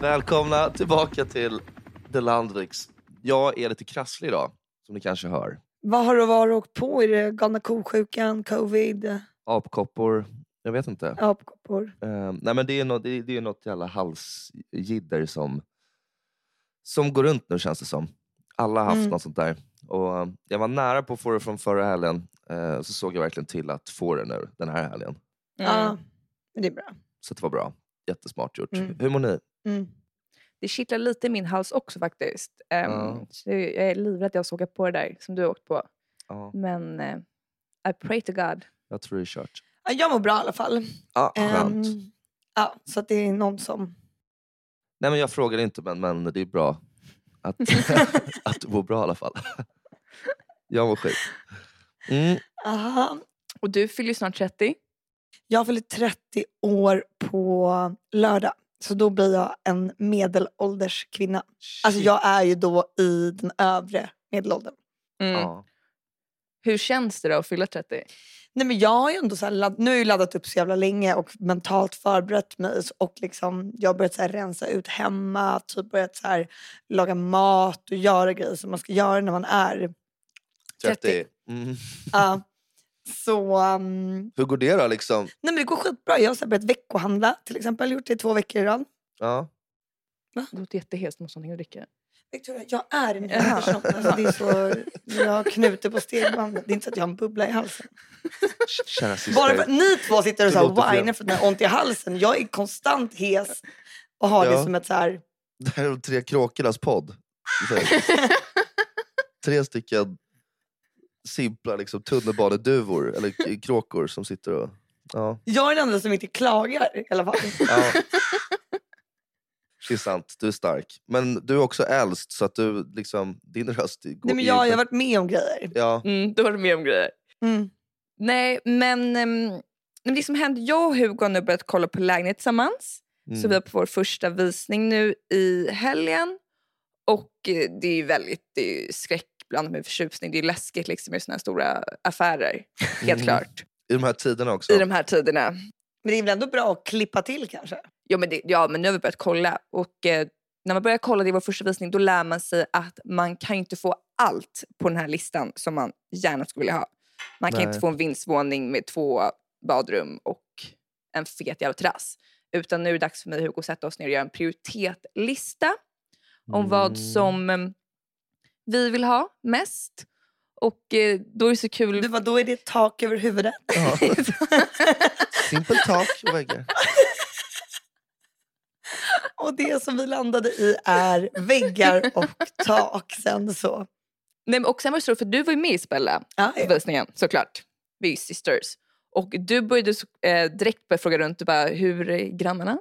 Välkomna tillbaka till The Landviks. Jag är lite krasslig idag, som ni kanske hör. Vad har du varit åkt på? Är det galna ko-sjukan, covid, eh, Apkoppor, jag vet inte. apkoppor? Eh, nej men det är något, det är, det är något jävla halsjidder som, som går runt nu känns det som. Alla har haft Mm. något sånt där. Och, eh, jag var nära på att få det från förra helgen, eh, så såg jag verkligen till att få det nu den här helgen. Ja, Mm. men det är bra. Så det var bra. Jättesmart gjort. Mm. Hur mår ni? Mm. Det kittlar lite i min hals också faktiskt. Ehm, Ja. så jag är livrädd att jag ska åka på det där som du har åkt på. Ja, Men eh, I pray to God. jag tror det är kört. Ja, Jag mår bra i alla fall. Ah, Ehm, skönt. ja, så att det är någon som... Nej, men jag frågade inte, men, men det är bra att, att du mår bra i alla fall. jag mår skit. Mm, Aha. Och du fyller ju snart 30. Jag fyller 30 år på lördag. Så då blir jag en medelålders kvinna. Alltså shit. jag är ju då i den övre medelåldern. Mm. Ja. Hur känns det då att fylla 30? Nej men jag har ju ändå så här ladd... nu har jag ju laddat upp så jävla länge och mentalt förberett mig och liksom jag har börjat så här rensa ut hemma, typ börjat så här laga mat och göra grejer som man ska göra när man är. 30. Mm. Ja. så um, Hur går det då? Liksom? nej men det går skitbra. Jag har så här börjat veckohandla till exempel, gjort det i två veckor i rad. Ja. Det låter jättehest, måste ha någonting att dricka. Victoria, jag är en Jaha. hel person. Alltså, det är så, jag knuter på stegbandet. Det är inte så att jag har en bubbla i halsen. Kära syster. Bara för att ni två sitter och Det så låter här fel. whinar för att ni har ont i halsen. Jag är konstant hes och har Ja. det som ett så här... Det här är de tre kråkornas podd. Så här, tre stycken simpla liksom, tunnelbaneduvor, eller k- kråkor, som sitter och... Ja, Jag är den enda som inte klagar i alla fall. ja. Det är sant, du är stark. Men du är också äldst, så att du, liksom, din röst går Nej, men är jag har ju- ju varit med om grejer. Ja, Mm, då var du med om grejer. Mm. Nej, men ehm, men det som hände, jag och Hugo har nu börjat kolla på lägenhet tillsammans. Så mm. vi var på vår första visning nu i helgen. Och eh, det är ju väldigt det är ju skräck blandat med förtjusning. Det är ju läskigt liksom i såna här stora affärer. Helt Mm. klart. I de här tiderna också. I de här tiderna. Men det är väl ändå bra att klippa till kanske? Ja men, det, ja, men nu har vi börjat kolla. Och eh, när man börjar kolla, det är vår första visning, då lär man sig att man kan ju inte få allt på den här listan som man gärna skulle vilja ha. Man kan ju Nej. inte få en vindsvåning med två badrum och en fet jävla terrass. Utan nu är det dags för mig Hugo att sätta oss ner och göra en prioritetlista. om Mm. vad som eh, vi vill ha mest. Och eh, då är det så kul. Du bara, då är det tak över huvudet. Ja. Simpel tak och väggar. Och det som vi landade i är väggar och tak sen så. Nej, men och sen var det så roligt, för du var ju med Isabella Ja, på ja. visningen såklart. Vi är ju sisters. Och du började så- eh, direkt börja fråga runt och bara, hur är grannarna?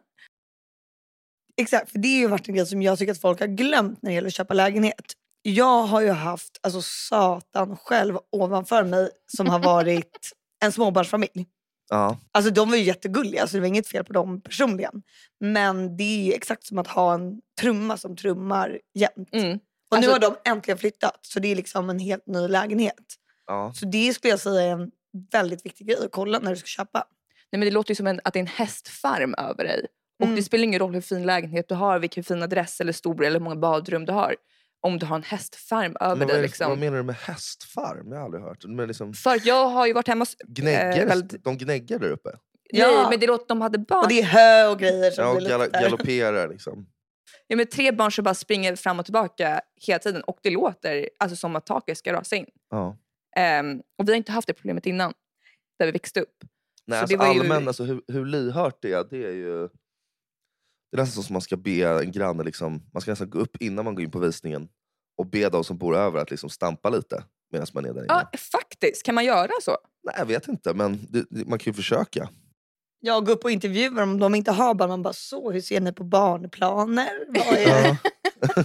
Exakt, för det har ju varit en grej som jag tycker att folk har glömt när det gäller att köpa lägenhet. Jag har ju haft alltså, satan själv ovanför mig som har varit en småbarnsfamilj. Ja. Alltså de var ju jättegulliga, så det var inget fel på dem personligen. Men det är ju exakt som att ha en trumma som trummar jämt. Mm. Och Alltså- nu har de äntligen flyttat, så det är liksom en helt ny lägenhet. ja. Så det skulle jag säga är en väldigt viktig grej att kolla när du ska köpa. Nej, men det låter ju som en, att det är en hästfarm över dig. Och Mm. det spelar ingen roll hur fin lägenhet du har, vilken fin adress eller stor eller hur många badrum du har. Om du har en hästfarm över Men vad, dig. är, Liksom. vad menar du med hästfarm? Jag har aldrig hört. Men liksom, För att jag har ju varit hemma hos... gnägger, Eh, väl- De gnägger där uppe. Nej, men det låter, de hade barn. Och det är hö och grejer som Ja, och blir lite gala- där. galopperar liksom. Ja, men tre barn som bara springer fram och tillbaka hela tiden och det låter alltså, som att taket ska rasa in. Ja. Ehm, och vi har inte haft det problemet innan, där vi växte upp. Nej, Så alltså, det var ju- allmän, alltså, hur, hur lyhört det är, det är ju... Det är nästan som man ska be en granne, liksom, man ska nästan gå upp innan man går in på visningen och be de som bor över att liksom stampa lite medan man är där inne. Ja, faktiskt. Kan man göra så? Nej, jag vet inte, men det, det, man kan ju försöka. Jag går upp och intervjuar dem. De inte har barn. Man bara, så hur ser ni på barnplaner? Vad, är, Ja.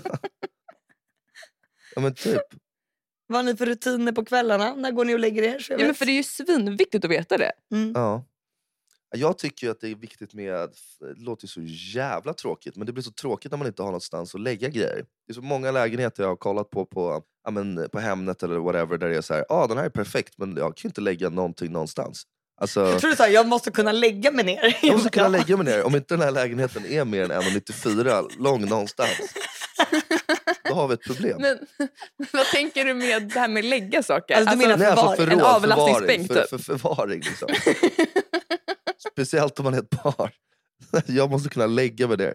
ja, men typ. vad har ni för rutiner på kvällarna? När går ni och lägger er? Så jag Ja, men vet. för det är ju svinviktigt att veta det. Mm. Ja. Jag tycker ju att det är viktigt med... Det låter ju så jävla tråkigt, men det blir så tråkigt när man inte har någonstans att lägga grejer. Det är så många lägenheter jag har kollat på på, ja, men, på Hemnet eller whatever där det är så här, ah, den här är perfekt, men jag kan ju inte lägga någonting någonstans. Alltså, Jag tror du sa, jag måste kunna lägga mig ner. jag måste kunna lägga mig ner. Om inte den här lägenheten är mer än 1,94 lång någonstans, då har vi ett problem. Men vad tänker du med det här med lägga saker? Alltså, du menar- Nej, alltså förvaring, en förråd, avlastningsbänk, förvaring, typ. för, för förvaring liksom. Speciellt om man är ett par. Jag måste kunna lägga mig ner.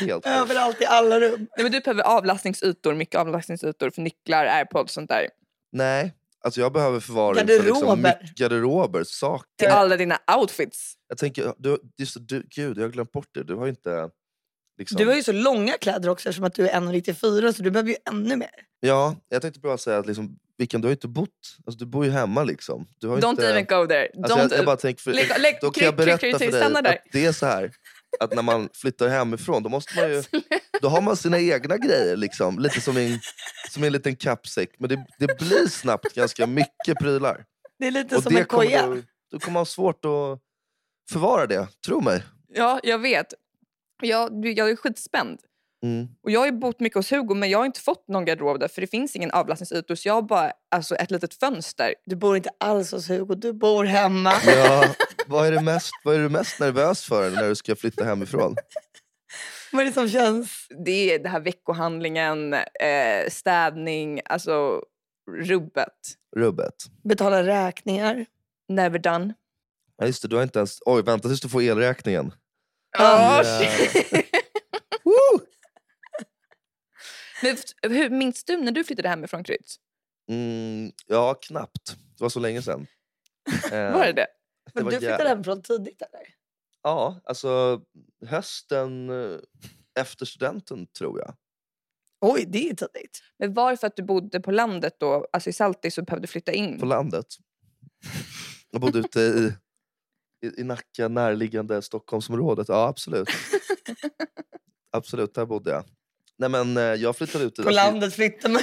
Helt sjukt. Överallt i alla rum. Nej, men du behöver avlastningsytor, mycket avlastningsytor för nycklar, airpods sånt där. Nej. Alltså jag behöver förvaring för liksom Garderober. mycket garderober, saker. Till alla dina outfits. Jag tänker, du, just, det, du, gud jag har glömt bort det. Du har ju inte... Liksom, Du har ju så långa kläder också eftersom att du är 1,94 så du behöver ju ännu mer. Ja, jag tänkte bara säga att liksom, Vickan, du har ju inte bott... Alltså du bor ju hemma liksom. Du har ju Don't inte, even go there. alltså, Don't jag, jag bara tänker, för, Lägg- lägg- då kan klick, jag klick, berätta klick, för klick, dig stanna där. att det är så här att när man flyttar hemifrån då måste man ju... Då har man sina egna grejer liksom. Lite som en, som en liten kappsäck. Men det, det blir snabbt ganska mycket prylar. Det är lite Och som en koja. kommer du, du kommer ha svårt att förvara det, tro mig. Ja, jag vet. Jag, jag är skitspänd. Mm. Och jag har ju bott mycket hos Hugo men jag har inte fått någon garderob där för det finns ingen avlastningsytor så jag har bara alltså, ett litet fönster. Du bor inte alls hos Hugo, du bor hemma. Ja, vad, är det mest, vad är du mest nervös för när du ska flytta hemifrån? Vad är det som känns? Det är det här veckohandlingen, eh, städning, alltså rubbet. Rubbet. Betala räkningar. Never done. Ja, just det, du har inte ens... Oj, vänta tills du får elräkningen. Ah. Ah, shit. Woo! Men f- hur, minns du när du flyttade hemifrån Krydd? Mm, ja, knappt. Det var så länge sedan. Eh, Var det det? Men var du flyttade jävligt. hemifrån tidigt eller? Ja, alltså hösten eh, efter studenten tror jag. Oj, det är tidigt. Men var det för att du bodde på landet då, alltså i Saltis, så behövde flytta in? Mm. På landet. Jag bodde ute i, i, i Nacka, närliggande Stockholmsområdet. Ja, absolut. Absolut, där bodde jag. Nej, men eh, jag flyttade ut... På landet flyttar man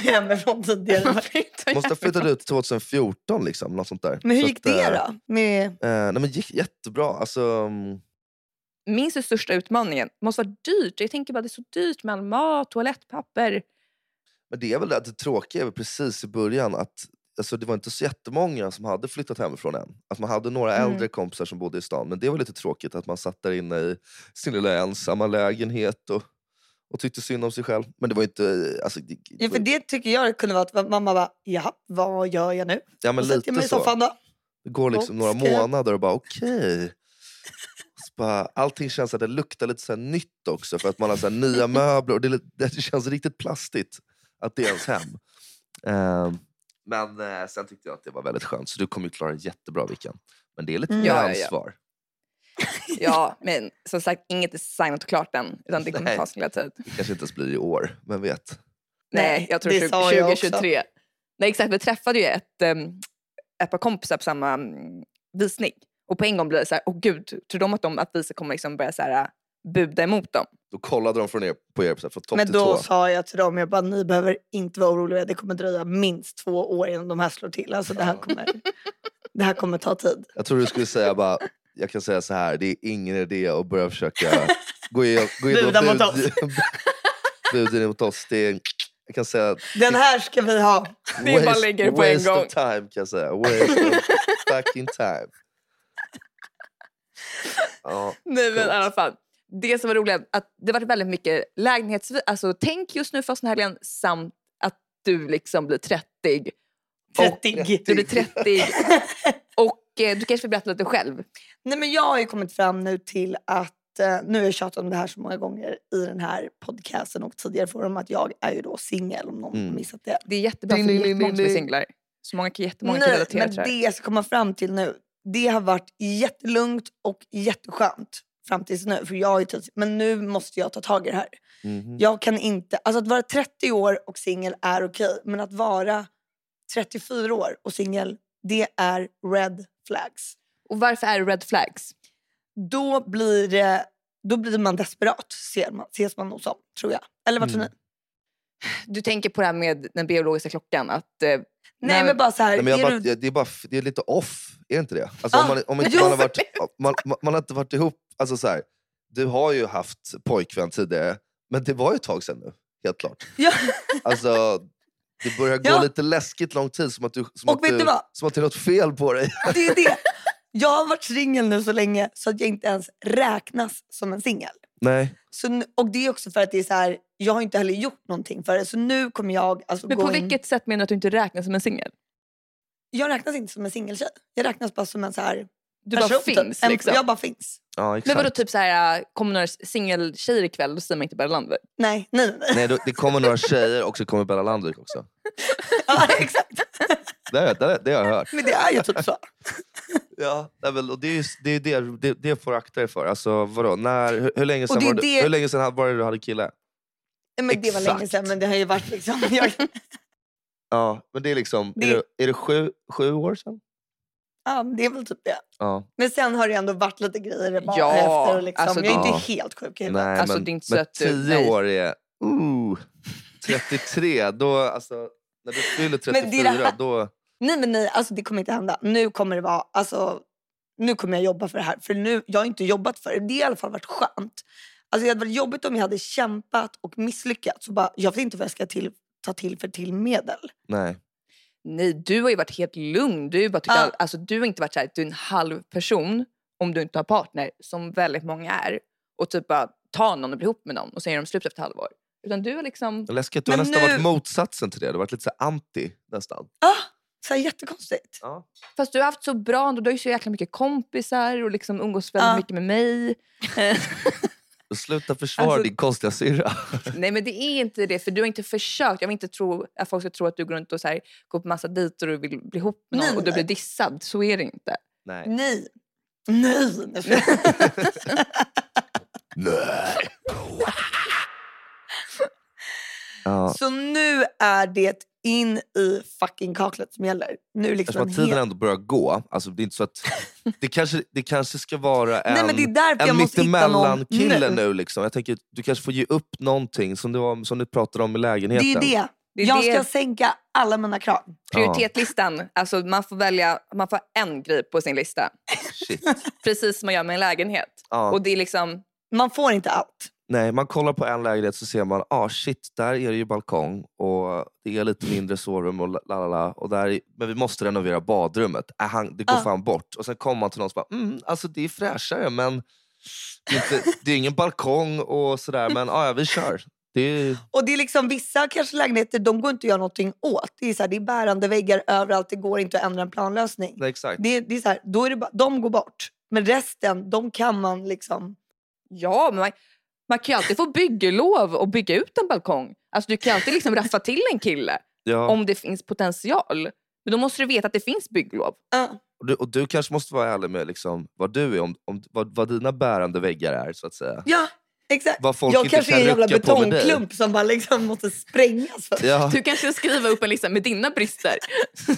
hemifrån tidigare. Flytta Måste ha hemifrån. flyttat ut 2014, liksom, något sånt där. Men hur Så att, gick eh, det då? Med... Eh, nej men gick jättebra. Alltså, mm, Minns du största utmaningen? Måste vara dyrt. Jag tänker bara det är så dyrt med all mat, toalettpapper. men det är väl det, att det tråkiga är väl precis i början att alltså, det var inte så jättemånga som hade flyttat hemifrån än. Alltså, man hade några Mm. äldre kompisar som bodde i stan men det var lite tråkigt att man satt där inne i sin lilla ensamma lägenhet och, och tyckte synd om sig själv. Men det var ju inte... Alltså, det, Ja, för det tycker jag kunde vara att mamma bara, ja, vad gör jag nu? ja, men och sätter jag lite mig i så. soffan då. Det går liksom några ska jag- månader och bara okej. Så bara, allting känns att det luktar lite så här nytt också för att man har så här nya möbler och det, är lite- det känns riktigt plastigt att det är ens hem. Ehm, men eh, sen tyckte jag att det var väldigt skönt så du kommer ju klara det jättebra Vickan. Men det är lite Mm. mer Ja, ja, ja. ansvar. Ja, men som sagt inget är signat och klart än. Utan det kommer Nej. ta sin lilla tid. Det kanske inte ens blir i år, vem vet. Nej, Nej, jag tror det tju- sa jag också. 2023. Nej, exakt. Vi träffade ju ett, ehm, ett par kompisar på samma mm, visning. Och på en gång blev det så här, åh gud, tror de att, de, att vi ska komma liksom börja så här, äh, buda emot dem? Då kollade de från er, på er så här, från topp Men till då tå. sa jag till dem, jag bara, ni behöver inte vara oroliga. Det kommer dröja minst två år innan de här slår till. Alltså det här Ja. kommer, det här kommer ta tid. Jag tror du skulle säga bara, jag kan säga så här, det är ingen idé att börja försöka gå in, gå in och Buda mot bud- oss. buden mot oss. Det är, jag kan säga Den här ska vi ha. Det är bara lägger det på en waste gång. of time kan jag säga. Waste of fucking time. Ja, Nej, men i Coolt. alla fall. Det som var roligt är att det var väldigt mycket lägenhets... Alltså tänk just nu första helgen samt att du liksom blir 30. 30. Du blir 30 och eh, du kanske vill berätta lite själv. Nej, men jag har ju kommit fram nu till att, eh, nu har jag tjatat om det här så många gånger i den här podcasten och tidigare forum, att jag är ju då singel om någon Mm. missat det. Det är jättebra Ding, för det ding, är ding, jättemånga som är ding. singlar. Så många, jättemånga kan Nej, relatera men till det här. det jag ska komma fram till nu, det har varit jättelugnt och jätteskönt fram tills nu. För jag är ju tids- men nu måste jag ta tag i det här. mhm. Jag kan inte, alltså att vara 30 år och singel är okej, men att vara 34 år och singel, det är red flags. Och varför är det red flags? Då blir, det, då blir man desperat, ser man, ses man nog som, tror jag. Eller vad tror Mm. ni? Du tänker på det här med den biologiska klockan. Att, eh, Nej, men bara så här, Nej, men jag är bara, du, jag- det, är bara, f- det är lite off, är det inte det? Alltså, om Ah, man, om inte jo, man, har varit, man, man, man har inte varit ihop... Alltså, så här, du har ju haft pojkvän tidigare, men det var ju ett tag sedan nu. Helt klart. Ja. Alltså, Det börjar gå Ja. lite läskigt lång tid, som att, du, som, Och att vet du vad? som att det är något fel på dig. Det är det. Jag har varit singel nu så länge så att jag inte ens räknas som en singel. Nej. Så, nu- och det är också för att det är så här, jag har inte heller gjort någonting för det. Så nu kommer jag alltså Men gå på in- vilket sätt menar du att du inte räknas som en singel? Jag räknas inte som en singeltjej. Jag räknas bara som en så här Du bara person, typ. finns En- liksom. Jag bara finns. Ja, Men exakt. vadå typ såhär, kommer några singeltjejer ikväll då säger man inte Bella Lander. Nej, nej, nej, nej. Nej, då, det kommer några tjejer och så kommer Bella Landvik också. Ja, exakt. Det, har jag- det, har jag- det har jag hört. Men det är ju typ så. Ja, nej, väl, och det, är just, det, är det, det, det får du akta dig för. Alltså, vadå? När, hur, hur länge Och sedan det var är det, det- hur länge sedan var det du hade kille? Nej, Men det var länge Exakt. sedan men det har ju varit liksom... Jag, Ja, men det är liksom... Det- Är det, är det sju, sju år sedan? ja, det är väl typ det. Ja. Men sen har det ändå varit lite grejer bara Ja, efter. och Liksom. alltså jag är det- inte helt sjuk i huvudet. Nej, Alltså, men, det är inte så men att du- tio nej. år är... Uh, 33, då... Alltså, när du fyller Men det är det 34, här- då... Nej men nej, alltså det kommer inte hända. Nu kommer det vara, alltså nu kommer jag jobba för det här. För nu, jag har inte jobbat för det. Det har i alla fall varit skönt. Alltså det hade varit jobbigt om jag hade kämpat och misslyckats och bara, jag vet inte vad jag ska till, ta till för till medel. Nej. Nej, du har ju varit helt lugn. Du har, ju bara tyckt Ja. all, alltså, du har inte varit såhär, du är en halv person om du inte har partner, som väldigt många är. Och typ bara ta någon och bli ihop med någon och sen gör de slut efter halvår. Utan du har liksom... Det är Läskigt. Du har Men nästan nu- varit motsatsen till det. Du har varit lite så här anti nästan. Ah, så här jättekonstigt. Ja. Fast du har haft så bra ändå. Du har ju så jäkla mycket kompisar och liksom umgås väldigt Ja. mycket med mig. Och Sluta försvara Alltså- din konstiga syrra. Nej men det är inte det för du har inte försökt. Jag vill inte tro att folk ska tro att du går runt och så här, går på massa dejter och vill bli ihop med någon Nej, och du nej. blir dissad. Så är det inte. Nej. Nej. Nej. nej, förlåt. Nej. ja. så nu är det in i fucking kaklet som gäller. Nu liksom Eftersom en att tiden hel... ändå börjar gå. Alltså, det, är inte så att, det, kanske, det kanske ska vara en, Nej men det är därför jag en måste hitta någon mittemellan-kille nu. liksom. Jag tänker, du kanske får ge upp någonting som du, var- som du pratade om i lägenheten. Det är det. det, är jag det. ska sänka alla mina krav. Prioritetslistan, alltså man får välja, man får en grej på sin lista. Shit. Precis som man gör med en lägenhet. Ja. Och det är liksom, Man får inte allt. Nej, man kollar på en lägenhet så ser man, ah shit, där är det ju balkong och det är lite mindre sovrum och la la, la la. och där är- Men vi måste renovera badrummet. Äh, han, det går Ah. fan bort. Och sen kommer man till någon som bara, mm, alltså det är fräschare men det är, inte, det är ingen balkong och sådär men ah, ja, vi kör. Det är, Och det är liksom vissa kanske lägenheter, de går inte att göra någonting åt. Det är, så här, det är bärande väggar överallt, det går inte att ändra en planlösning. nej, exakt. Det, det är så här, då är det bara, de går bort. Men resten, de kan man liksom... ja men man, man kan ju alltid få bygglov och bygga ut en balkong. Alltså du kan ju alltid liksom raffa till en kille Ja. om det finns potential. Men då måste du veta att det finns bygglov. Ja. Och, du, och du kanske måste vara ärlig med liksom, vad du är, om, om, vad, vad dina bärande väggar är så att säga. ja, exakt. Vad folk jag inte kanske är kan en jävla rucka på med dig. Typ. betongklump som bara liksom måste sprängas. För. Ja. Du kanske ska skriva upp en lista med dina brister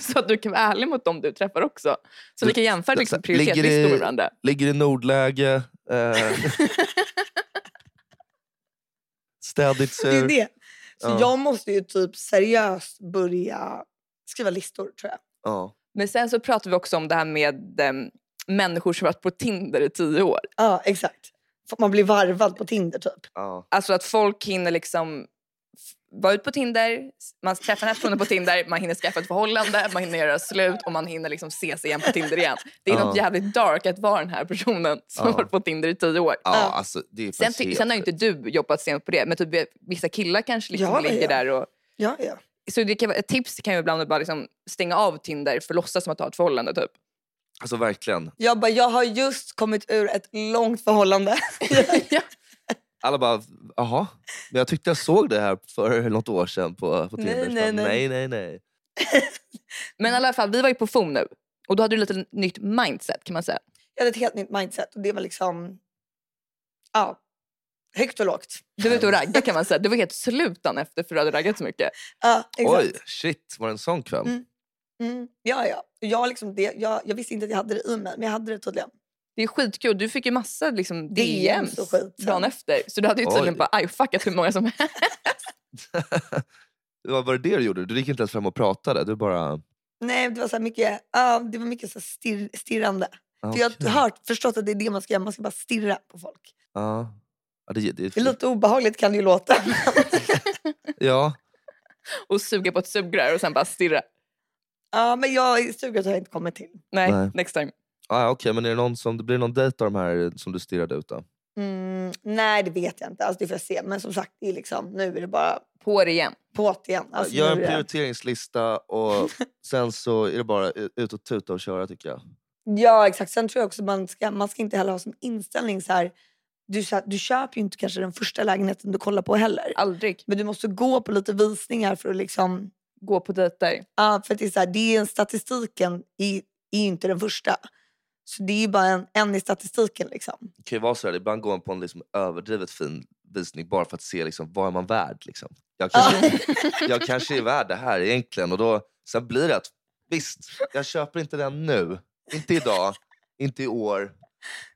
så att du kan vara ärlig mot dem du träffar också. Så vi kan jämföra liksom, Ligger det- prioritetslistor med varandra. Ligger i nordläge. Eh, städigt Det är sur. det. Så Ja. jag måste ju typ seriöst börja skriva listor tror jag. Ja. Men sen så pratar vi också om det här med em, människor som varit på Tinder i tio år. Ja, exakt. För Man blir varvad på Tinder typ. Ja. Alltså att folk hinner liksom f- vara ute på Tinder, man träffar den här personen på Tinder, man hinner skaffa ett förhållande, man hinner göra slut och man hinner liksom ses igen på Tinder igen. Det är Ja. något jävligt dark att vara den här personen som Ja. har varit på Tinder i tio år. Ja, Ja. alltså, det är Sen, faktiskt ty- helt sen har ju inte du jobbat sent på det, men typ vissa killar kanske liksom Ja, ligger ja. där och Ja, ja. Så det kan, vara- ett tips kan ju ibland vara bara liksom stänga av Tinder för att låtsas som att ha ett förhållande. Typ. Alltså verkligen. Jag bara, jag har just kommit ur ett långt förhållande. Alla bara, jaha? Men jag tyckte jag såg det här för något år sedan på, på Nej, Tinder. Så nej, bara, nej. nej, nej, nej. Mm. Men i alla fall, vi var ju på FOM nu och då hade du lite nytt mindset kan man säga. Jag hade ett helt nytt mindset och det var liksom... Ja, högt och lågt. Du var ute och raggade kan man säga. Du var helt slut dagen efter för du hade raggat så mycket. Ja, exakt. Oj, shit, var det en sån kväll? Mm. Mm, ja, ja. Och Jag, liksom det, jag, jag visste inte att jag hade det i mig, men jag hade det tydligen. Det är skitkul. Du fick ju massa liksom, DMs DMs och skit sen. dagen efter. Så du hade ju tydligen Oj. bara eye-fuckat hur många som helst. Vad var det det du gjorde? Du gick inte ens fram och pratade? Du bara... Nej, det var så här mycket, ja, det var mycket så här stirr, stirrande. ah, För jag okej. har hört, förstått att det är det man ska göra, man ska bara stirra på folk. Ja. Ja, det, det, Det är lite obehagligt kan det ju låta. ja. och suga på ett sugrör och sen bara stirra. Ja, men jag, stugan har jag inte kommit till. Nej, Nej. next time. Ah, Okej, men är det någon som, blir det någon dejt av de här som du stirrade ut då? Mm, nej, det vet jag inte. Alltså, det får jag se. Men som sagt, det är liksom, nu är det bara På det igen. på det igen. Alltså, Gör en nu är det- prioriteringslista och sen så är det bara u- ut och tuta och köra tycker jag. Ja, exakt. Sen tror jag också man ska, man ska inte heller ha som inställning så här, du, så här, du köper ju inte kanske den första lägenheten du kollar på heller. Aldrig Men du måste gå på lite visningar för att liksom, gå på dejter. ja, för att det är så här, det är en statistiken i, är ju inte den första. Så det är ju bara en, en i statistiken liksom. Det kan ju vara sådär, ibland går man på en liksom överdrivet fin visning bara för att se liksom, vad är man värd. Liksom. Jag, kanske, jag kanske är värd det här egentligen och då, sen blir det att visst, jag köper inte den nu. Inte idag, inte i år.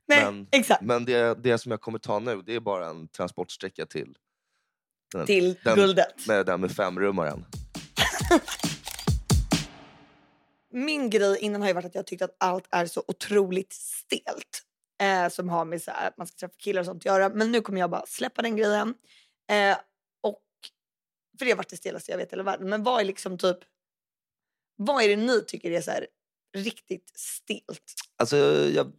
Nej, Men- exakt. Men det, det som jag kommer ta nu det är bara en transportsträcka till Till den- guldet. med den med femrummaren. min grej innan har ju varit att jag tyckt att allt är så otroligt stelt. Eh, som har med så här, att man ska träffa killar och sånt att göra. Men nu kommer jag bara släppa den grejen. Eh, och, för det har varit det stelaste jag vet i hela världen. Men vad är liksom typ, vad är det ni tycker är så här riktigt stelt? Alltså, jag, jag,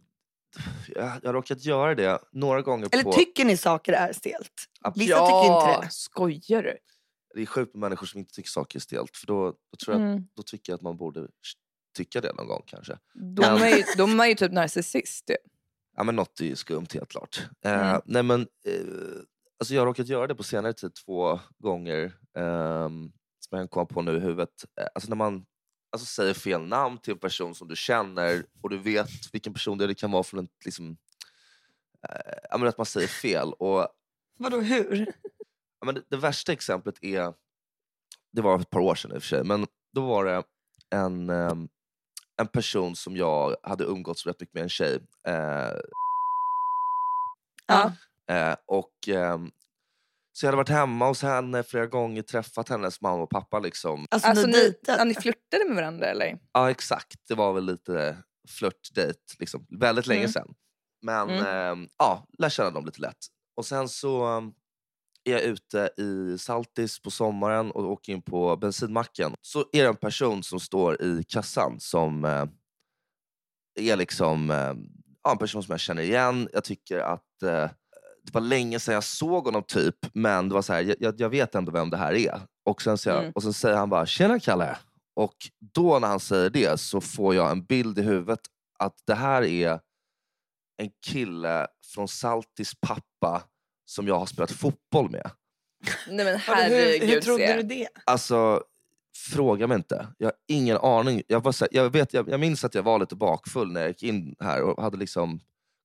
jag har råkat göra det några gånger. Eller på... tycker ni saker är stelt? Ab- Vissa tycker inte det. skojar du? Det är sjukt med människor som inte tycker saker är stelt. För då, då, tror jag, Mm. då tycker jag att man borde sh- tycka det någon gång kanske. De, Men- är ju, de är ju typ narcissist. ju. Ja, men något är ju skumt helt klart. Eh, Mm. nej, men, eh, alltså jag har råkat göra det på senare tid två gånger. ehm, som jag kom på nu i huvudet. Eh, Alltså när man alltså, säger fel namn till en person som du känner och du vet vilken person det är. Det kan vara från en, liksom, eh, ja, men att man säger fel. Och Vadå hur? Ja, men det, det värsta exemplet är, det var ett par år sedan i och för sig, men då var det en, ehm, en person som jag hade umgåtts rätt mycket med, en tjej. Eh, Ja. eh, och, ehm, så jag hade varit hemma hos henne flera gånger, träffat hennes mamma och pappa. Liksom. Alltså, Alltså, ni ni, dejtar. ja, ni flörtade med varandra eller? Ja exakt, det var väl lite flörtdejt, liksom. väldigt länge Mm. sedan. Men Mm. ehm, ja, lär känna dem lite lätt. Och sen så ehm, är jag ute i Saltis på sommaren och åker in på bensinmacken. Så är det en person som står i kassan som eh, är liksom eh, ja, en person som jag känner igen. Jag tycker att eh, det var länge sedan jag såg honom typ, men det var så här, jag- jag, jag vet ändå vem det här är. Och sen, så jag, Mm. och sen säger han bara “Tjena Kalle!” Och då när han säger det så får jag en bild i huvudet att det här är en kille från Saltis pappa som jag har spelat fotboll med. Nej men Vadå, hur, herregud. hur trodde se. du det? Alltså, fråga mig inte. Jag har ingen aning. Jag, var så här, jag, vet, jag, jag minns att jag var lite bakfull när jag gick in här och hade liksom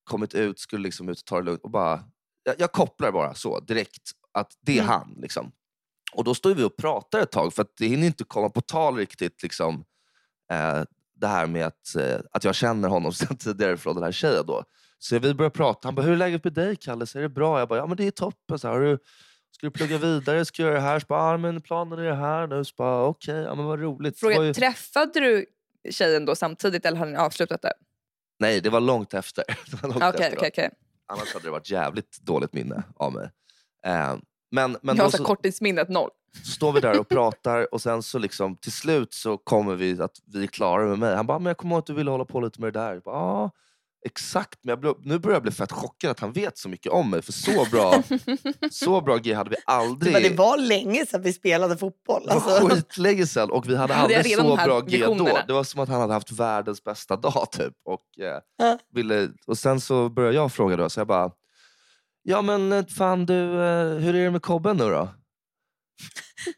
kommit ut, skulle liksom ut och ta det lugnt. Och bara, jag, jag kopplar bara så direkt att det är Mm. han. Liksom. Och då står vi och pratar ett tag för att det hinner inte komma på tal riktigt. Liksom, eh, det här med att, eh, att jag känner honom sedan tidigare från den här tjejen. Då. Så vi börjar prata. Han bara, hur är läget med dig Kalle? Så är det bra? Jag bara, ja men det är toppen. Så här, har du, ska du plugga vidare? Ska du göra det här? Så bara, ja, men planen är det här nu. Så bara, okej, ja, men vad roligt. Det var Fråga, ju... träffade du tjejen då samtidigt eller hade ni avslutat det? Nej, det var långt efter. Det var långt Okej, efter okej, då. okej. Annars hade det varit jävligt dåligt minne av mig. Eh, men, men Jag har då så så- korttidsminnet noll. står vi där och pratar och sen så liksom till slut så kommer vi att vi är klara med mig. Han bara, men jag kommer ihåg att du ville hålla på lite med det där. Jag bara, Ja, exakt. Men jag blev, nu börjar jag bli fett chockad att han vet så mycket om mig. För så bra, så bra grej hade vi Det... aldrig. Bara, det var länge sedan vi spelade fotboll. Det Alltså. var skitlänge sedan och vi hade Hade jag aldrig redan så de här bra G då. visionerna? Det var som att han hade haft världens bästa dag typ. Och, eh, Ja. ville, och sen så började jag fråga då, så jag bara, ja men eh, fan du, eh, hur är det med kobben nu då?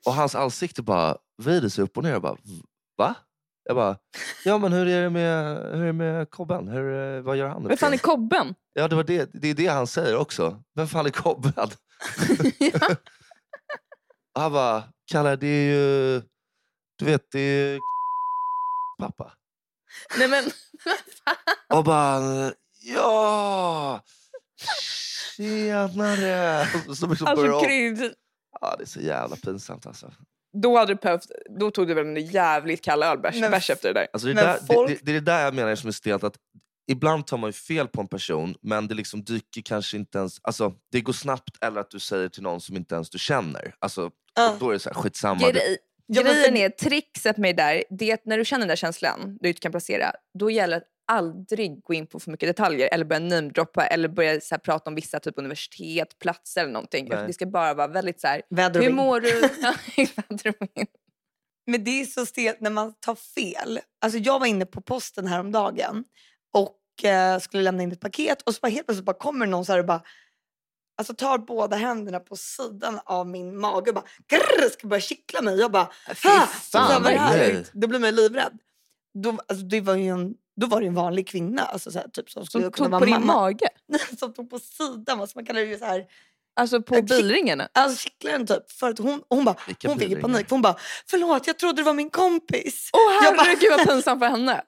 och hans ansikte bara vrider sig upp och ner. Jag bara, va? Jag bara, ja men hur är det med, hur är det med kobben? Hur, eh, vad gör han nu? Vem för fan är tiden?" kobben? Ja, det, var det, det är det han säger också. Vem fan är kobben? Och han bara, Kalle det är ju, du vet det är ju pappa. Nej men, Och bara, ja! Tjenare! Så liksom börjar alltså om. krydd. ja, det är så jävla pinsamt alltså. Då hade du behövt, då tog du väl en jävligt kall ölbärs Men- bärs efter det där. alltså det, är Men där, folk- det, det, det är det där jag menar som är stelt. Att ibland tar man ju fel på en person men det liksom dyker kanske inte ens... Alltså, det går snabbt eller att du säger till någon som inte ens du känner. Alltså, Ja. Då är det så här, skitsamma. det- Grej, Ja, men grejen för- är, trixet med det där, det är att när du känner den där känslan du inte kan placera, då gäller det att aldrig gå in på för mycket detaljer eller börja namedroppa eller börja så här, prata om vissa typ universitet, platser eller någonting. Nej. Det ska bara vara väldigt så här, Väder och hur vind. mår du? Ja, exakt, dra in. Men det är så stelt när man tar fel. Alltså jag var inne på posten häromdagen och eh, skulle lämna in ett paket och så bara helt plötsligt bara kommer någon så här och bara Alltså tar båda händerna på sidan av min mage och bara grrr, ska börja kittla mig. Jag bara Fy "Ha!" fan, Så här, vad är det här? nej. Då blir man ju livrädd. Då, alltså, det var ju en, då var det ju en vanlig kvinna alltså, så här, typ, som skulle Som kunna tog vara på din mamma. mage, som tog på sidan. Alltså, man kallar det ju så här, alltså på Jag kick- bilringarna. alltså kittlar den typ. För att hon, hon, bara, Vilka hon fick ju bilringar. panik. Hon bara förlåt jag trodde det var min kompis. Åh Jag bara- herregud vad pinsamt för henne.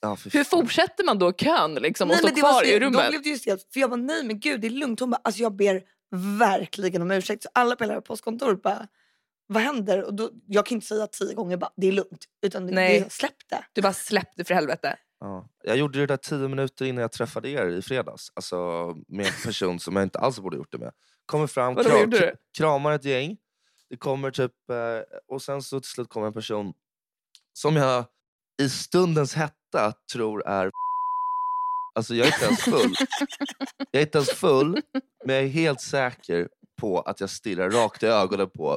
Ja, för Hur fan. fortsätter man då kön liksom, och Nej, står men det var kvar så- i Då rummet? blev det ju stelt. För jag bara, nej men gud det är lugnt. Hon bara, alltså jag ber verkligen om ursäkt. Så alla på hela postkontoret bara, vad händer? Och då, jag kan inte säga tio gånger bara, det är lugnt. Utan nej. Nej. det släpp det. Du bara släppte för helvete. Ja. Jag gjorde det där tio minuter innan jag träffade er i fredags. Alltså, med en person som jag inte alls borde gjort det med. Kommer fram, Vadå, kram- gjorde du? kramar ett gäng. Det kommer typ, eh, och sen så till slut kommer en person som jag i stundens hetta tror är Alltså jag är inte ens full. Jag är inte ens full, men jag är helt säker på att jag stirrar rakt i ögonen på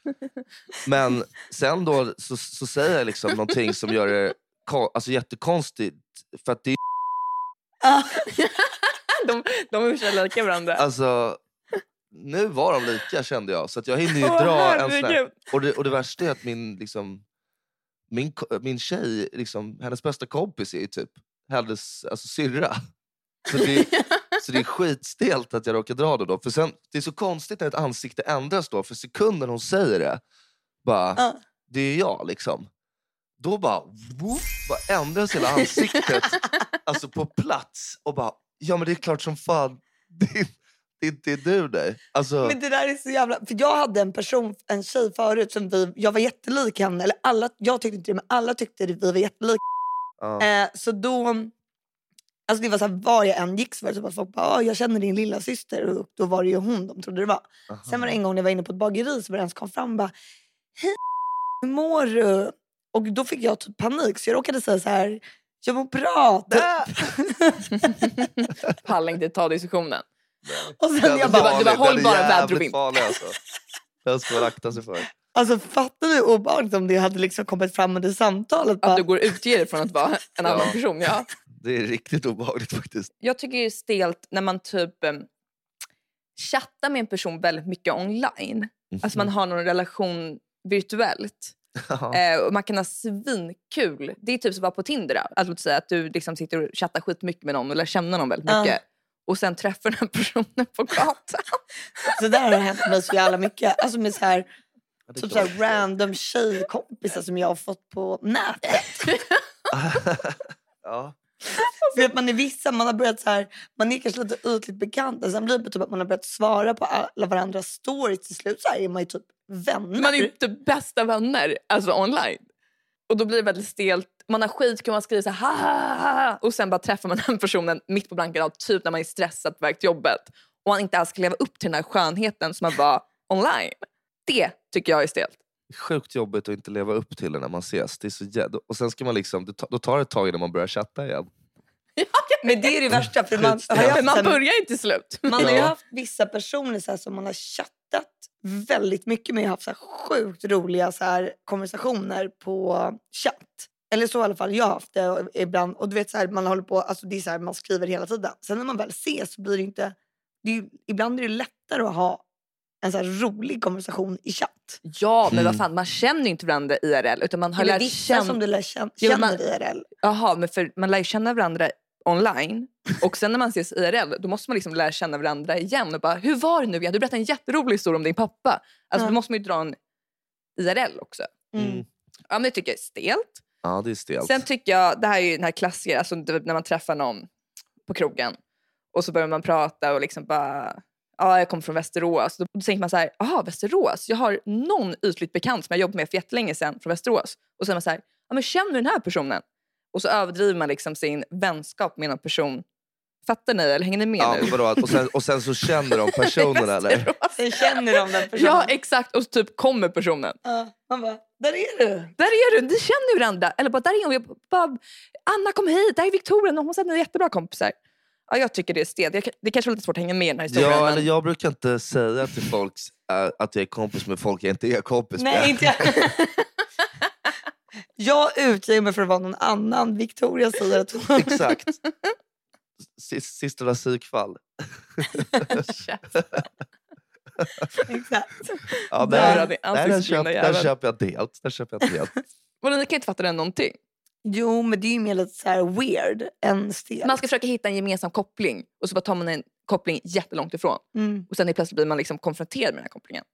Men sen då så, så säger jag liksom någonting som gör det kon- alltså jättekonstigt. För att det är Ah, De, de är så lika varandra. alltså... Nu var de lika kände jag, så att jag hinner ju Åh, dra en sån här herregud. Och det, och det värsta är att min, liksom, min, ko- min tjej, liksom, hennes bästa kompis är ju typ hennes alltså, syrra. Så det, så det är skitstelt att jag råkar dra det då. För sen, det är så konstigt när ett ansikte ändras då, för sekunden hon säger det, bara, Ja. det är jag liksom. Då bara, whoop, bara ändras hela ansiktet alltså på plats och bara, ja men det är klart som fan, det är, det är, det är du det. Alltså, men det där är så jävla... För jag hade en person, en tjej förut som vi, jag var jättelik henne. Eller alla, jag tyckte inte det men alla tyckte det, vi var jättelika. ja. Eh, så då, alltså det var så här, var jag än gick så var det typ att folk bara, ah, jag känner din lilla syster och då var det ju hon de trodde det var. aha. Sen var det en gång när jag var inne på ett bageri så var det en som kom fram och bara Hej hur mår du? Och då fick jag typ panik så jag råkade säga så här jag mår bra. typ. Pallar inte ta diskussionen. Och sen jag Jävligt bara, var- det var farlig, den är hållbara väder och jävligt vind. farlig, alltså. Den ska man akta sig för. alltså fattar du hur obehagligt om det hade liksom kommit fram under samtalet. Bara, Att du går och utger dig från att vara en annan Ja. person. Ja. Det är riktigt obehagligt faktiskt. Jag tycker det är stelt när man typ eh, chattar med en person väldigt mycket online. Alltså man har någon relation virtuellt. Mm. Ja. Eh, och man kan ha svinkul. Det är typ som att vara på Tinder. då. Att, låt säga att du liksom sitter och chattar skitmycket med någon och lär känna någon väldigt Ja. mycket. Och sen träffar den här personen på gatan. Så där har det hänt mig så jävla mycket. Alltså med så här, det är typ så klart. här random tjejkompisar som jag har fått på nätet. ja. För att man är vissa, man har börjat så här, man är kanske lite ytligt bekanta. Sen blir det typ att man har börjat svara på alla varandras stories till slut. Så här är man ju typ vänner. Man är ju inte bästa vänner alltså online. Och då blir det väldigt stelt. Man har skit kan man skriva så här, "Ha, ha, ha, ha." och sen bara träffar man den personen mitt på blanka dagen, typ när man är stressad på väg till jobbet och man inte alls kan leva upp till den här skönheten som man var online. Det tycker jag är stelt. Det är Sjukt jobbigt att inte leva upp till det när man ses. Det är så jävla... Och sen ska man liksom, det ta- då tar det ett tag innan man börjar chatta igen. Men det är det värsta. För man, har ju Ja, Men haft, man så här- börjar ju till slut. man har ju Ja. haft vissa personer så här, som man har chattat väldigt mycket med. Jag har haft så här, sjukt roliga så här, konversationer på chatt. Eller så i alla fall jag har haft det ibland. Och du vet så här, man håller på, alltså det är så här, man skriver hela tiden. Sen när man väl ses så blir det ju inte, det är, ju- ibland är det lättare att ha en så här rolig konversation i chatt. Ja, men Mm. vad fan, man känner ju inte varandra IRL utan man har Eller lärt vissa känna... som du lär känna, Jo, känner man- IRL. Jaha, men för man lär ju känna varandra online och sen när man ses IRL då måste man liksom lära känna varandra igen och bara hur var det nu igen? Du berättade en jätterolig historia om din pappa. Alltså Ja. då måste man ju dra en IRL också. Mm. Ja men det tycker jag är stelt. Ja, det är stelt. Sen tycker jag, det här är ju den här klassiker, alltså typ när man träffar någon på krogen och så börjar man prata och liksom bara Ja, jag kommer från Västerås. Då, då tänker man så här, jaha, Västerås. Jag har någon ytligt bekant som jag jobbat med för jättelänge sedan från Västerås. Och så är man så här, ja men känner du den här personen? Och så överdriver man liksom sin vänskap med någon person Fattar ni eller hänger ni med Ja, nu? men vadå, att- och, sen, och sen så känner de personen eller? Sen känner de den personen. Ja exakt och så typ kommer personen. Ja, man bara, där är du! Där är du, ni känner ju varandra. Eller bara där är hon. Jag bara, Anna kom hit, där är Victoria. Hon säger att ni är jättebra kompisar. Ja, jag tycker det är stelt. Jag kan- Det kanske var lite svårt att hänga med i den här historien. Ja, men- eller jag brukar inte säga till folk eh, att jag är kompis med folk jag inte är kompis Nej, med. inte jag. jag utger mig för att vara någon annan. Victoria säger att hon... Exakt. Sis- Sisterna psykfall. Exakt. Ja, Där där, har ni där, där, köp, ansiktsblinda där jäveln. köper jag inte helt. Där köper jag inte helt. Vadå, ni kan inte fatta den någonting. Jo, men det är ju mer lite så här weird än stel. Man ska försöka hitta en gemensam koppling och så bara tar man en koppling jättelångt ifrån. Mm. Och sen helt plötsligt blir man liksom konfronterad med den här kopplingen.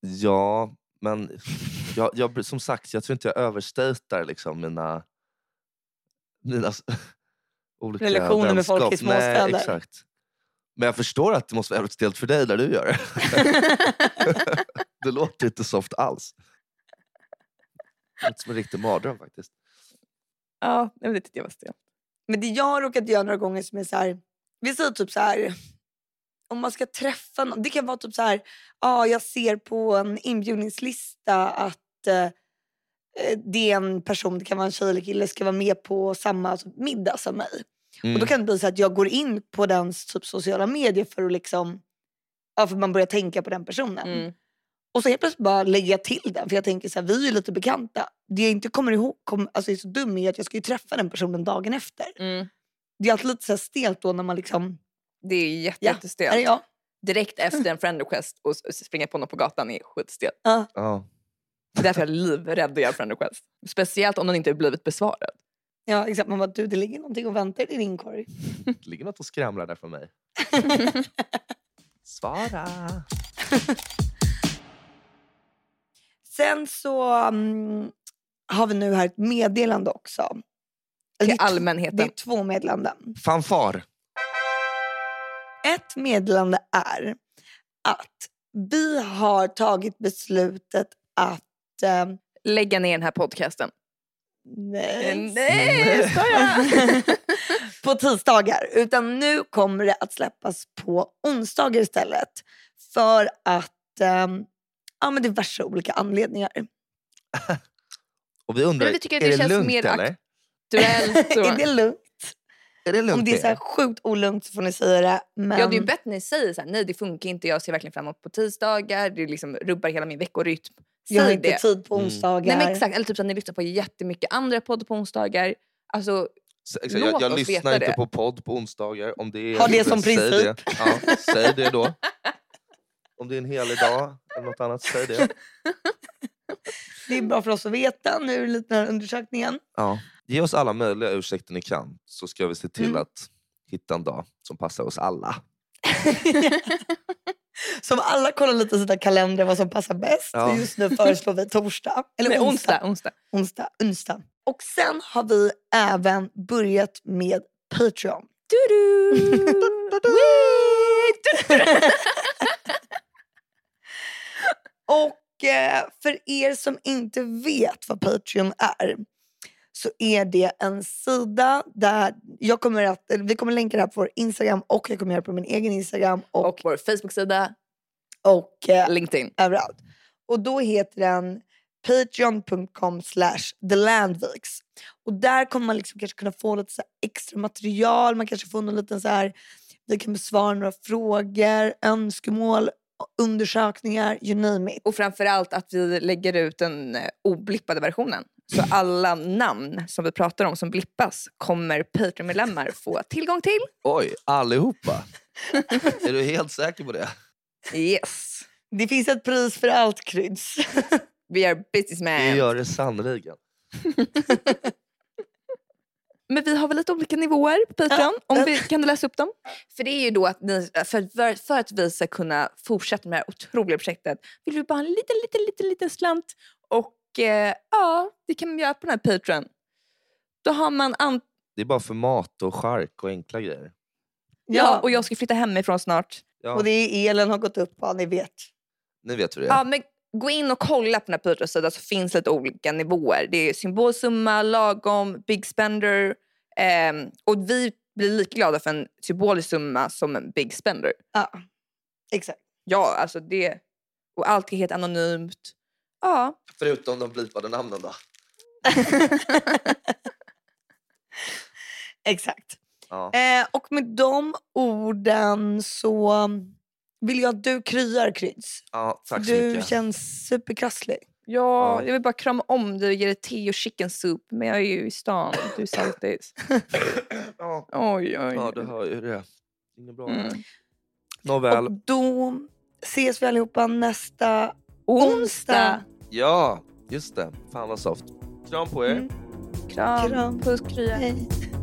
Ja, men jag, jag, som sagt, jag tror inte jag överstatar liksom mina, mina s- olika Relationer med folk i vänskap. Nej, småstäder. exakt. Men jag förstår att det måste vara jävligt stelt för dig där du gör det. Det låter inte soft alls. Det låter som en riktig mardröm faktiskt. Ja, nej, men det tyckte jag var stelt. Men det jag har råkat göra några gånger som är så här, vi säger typ så här, om man ska träffa någon, det kan vara typ så här, ja jag ser på en inbjudningslista att eh, eh, det är en person, det kan vara en tjej eller kille, ska vara med på samma typ, middag som mig. Och Mm, då kan det bli så att jag går in på dens typ, sociala medier för att liksom, ja för man börjar tänka på den personen. Mm. Och så helt plötsligt bara lägger jag till den. För jag tänker så här, vi är ju lite bekanta. Det jag inte kommer ihåg, kom, alltså det är så dum är att jag ska ju träffa den personen dagen efter. Mm. Det är alltid lite så här stelt då när man liksom, Det är jätte, Ja, jättestelt. är det jag? Direkt efter en friend request och s- springa på någon på gatan är skitstelt. Ja. Det är därför jag är livrädd att göra friend request. Speciellt om den inte blivit besvarad. Ja exakt, man bara du det ligger någonting och väntar i din inkorg. Det ligger något och skramlar där för mig. Svara! Sen så mm, har vi nu här ett meddelande också. Eller Alltså, det Till är tv- Det är allmänheten. två meddelanden. Fanfar! Ett meddelande är att vi har tagit beslutet att... Eh, Lägga ner den här podcasten. Eh, nej. Nej, skojar! på tisdagar. Utan nu kommer det att släppas på onsdagar istället. För att... Eh, ja, men diverse olika anledningar. Och vi undrar, Men vi tycker att är det det, känns lugnt mer eller? Duellt är och... det lugnt? Är det lugnt? Om det är så här det? sjukt olugnt så får ni säga det. Men... Ja, det är ju bättre när ni säger så här, nej det funkar inte, jag ser verkligen fram emot på tisdagar, det liksom rubbar hela min veckorytm. jag har Säg inte det. tid på Mm. onsdagar. Nej men exakt, eller typ så att ni lyssnar på jättemycket andra poddar på onsdagar. Alltså, Så- exakt, jag, Låt jag oss lyssnar veta inte det. på podd på onsdagar. Om det är, Ha det som säg princip. Det. Ja, säg det då. Om det är en helig dag eller något annat, säg det. Det är bra för oss att veta nu lite den här undersökningen. Ja. Ge oss alla möjliga ursäkter ni kan så ska vi se till Mm. att hitta en dag som passar oss alla. Som alla kollar lite i sina kalendrar vad som passar bäst. Ja. Och Just nu föreslår vi torsdag. Eller nej, onsdag. onsdag. onsdag. onsdag. Onsdag. Och sen har vi även börjat med Patreon. Du-du! Wee! Du-du! Och eh, för er som inte vet vad Patreon är så är det en sida där jag kommer att, eller vi kommer länka det här på vår Instagram och jag kommer göra det på min egen Instagram och, Och vår Facebook-sida, och eh, LinkedIn. överallt. Och då heter den patreon.com slash thelandviks. Och där kommer man liksom kanske kunna få lite så här extra material, man kanske får någon liten så här, vi kan besvara några frågor, önskemål, undersökningar, you name it. Och framförallt att vi lägger ut den eh, oblippade versionen. Så alla namn som vi pratar om som blippas kommer Patreon-medlemmar få tillgång till. Oj, allihopa! är du helt säker på det? Yes! Det finns ett pris för allt kryds. We are businessmen. Vi gör det sannerligen. Men vi har väl lite olika nivåer på Patreon. Om vi, kan du läsa upp dem? För det är ju då att ni, för, för att vi ska kunna fortsätta med det här otroliga projektet vill vi bara ha en liten, liten, liten, liten slant. Och eh, ja, det kan man göra på den här Patreon. Då har man an- Det är bara för mat och chark och enkla grejer. ja. och jag ska flytta hemifrån snart. Ja, Och det är elen har gått upp, ja ni vet. Ni vet hur det är. Ja, men gå in och kolla på den här Patreon-sidan så finns lite olika nivåer. Det är symbolsumma, lagom, big spender. ehm, och vi blir lika glada för en symbolisk summa som en big spender. Ja, exakt. Ja, alltså det... Och allt är helt anonymt. Ja. Förutom de blipade namnen då. Exakt. Ja. Eh, och med de orden så vill jag att du kryar Kryds. Ja, tack så Du mycket. känns superkrasslig. Ja, Ja. jag vill bara krama om dig och ge dig te och chicken soup. Men jag är ju i stan. Du är saltis. Ja, Oj, oj. ja, du hör ju det. Inget bra. Mm. Nåväl. Och då ses vi allihopa nästa Onsdag! onsdag. Ja, just det. Fan vad soft. Kram på er. Mm. Kram, Kram. puss, krya. Hej.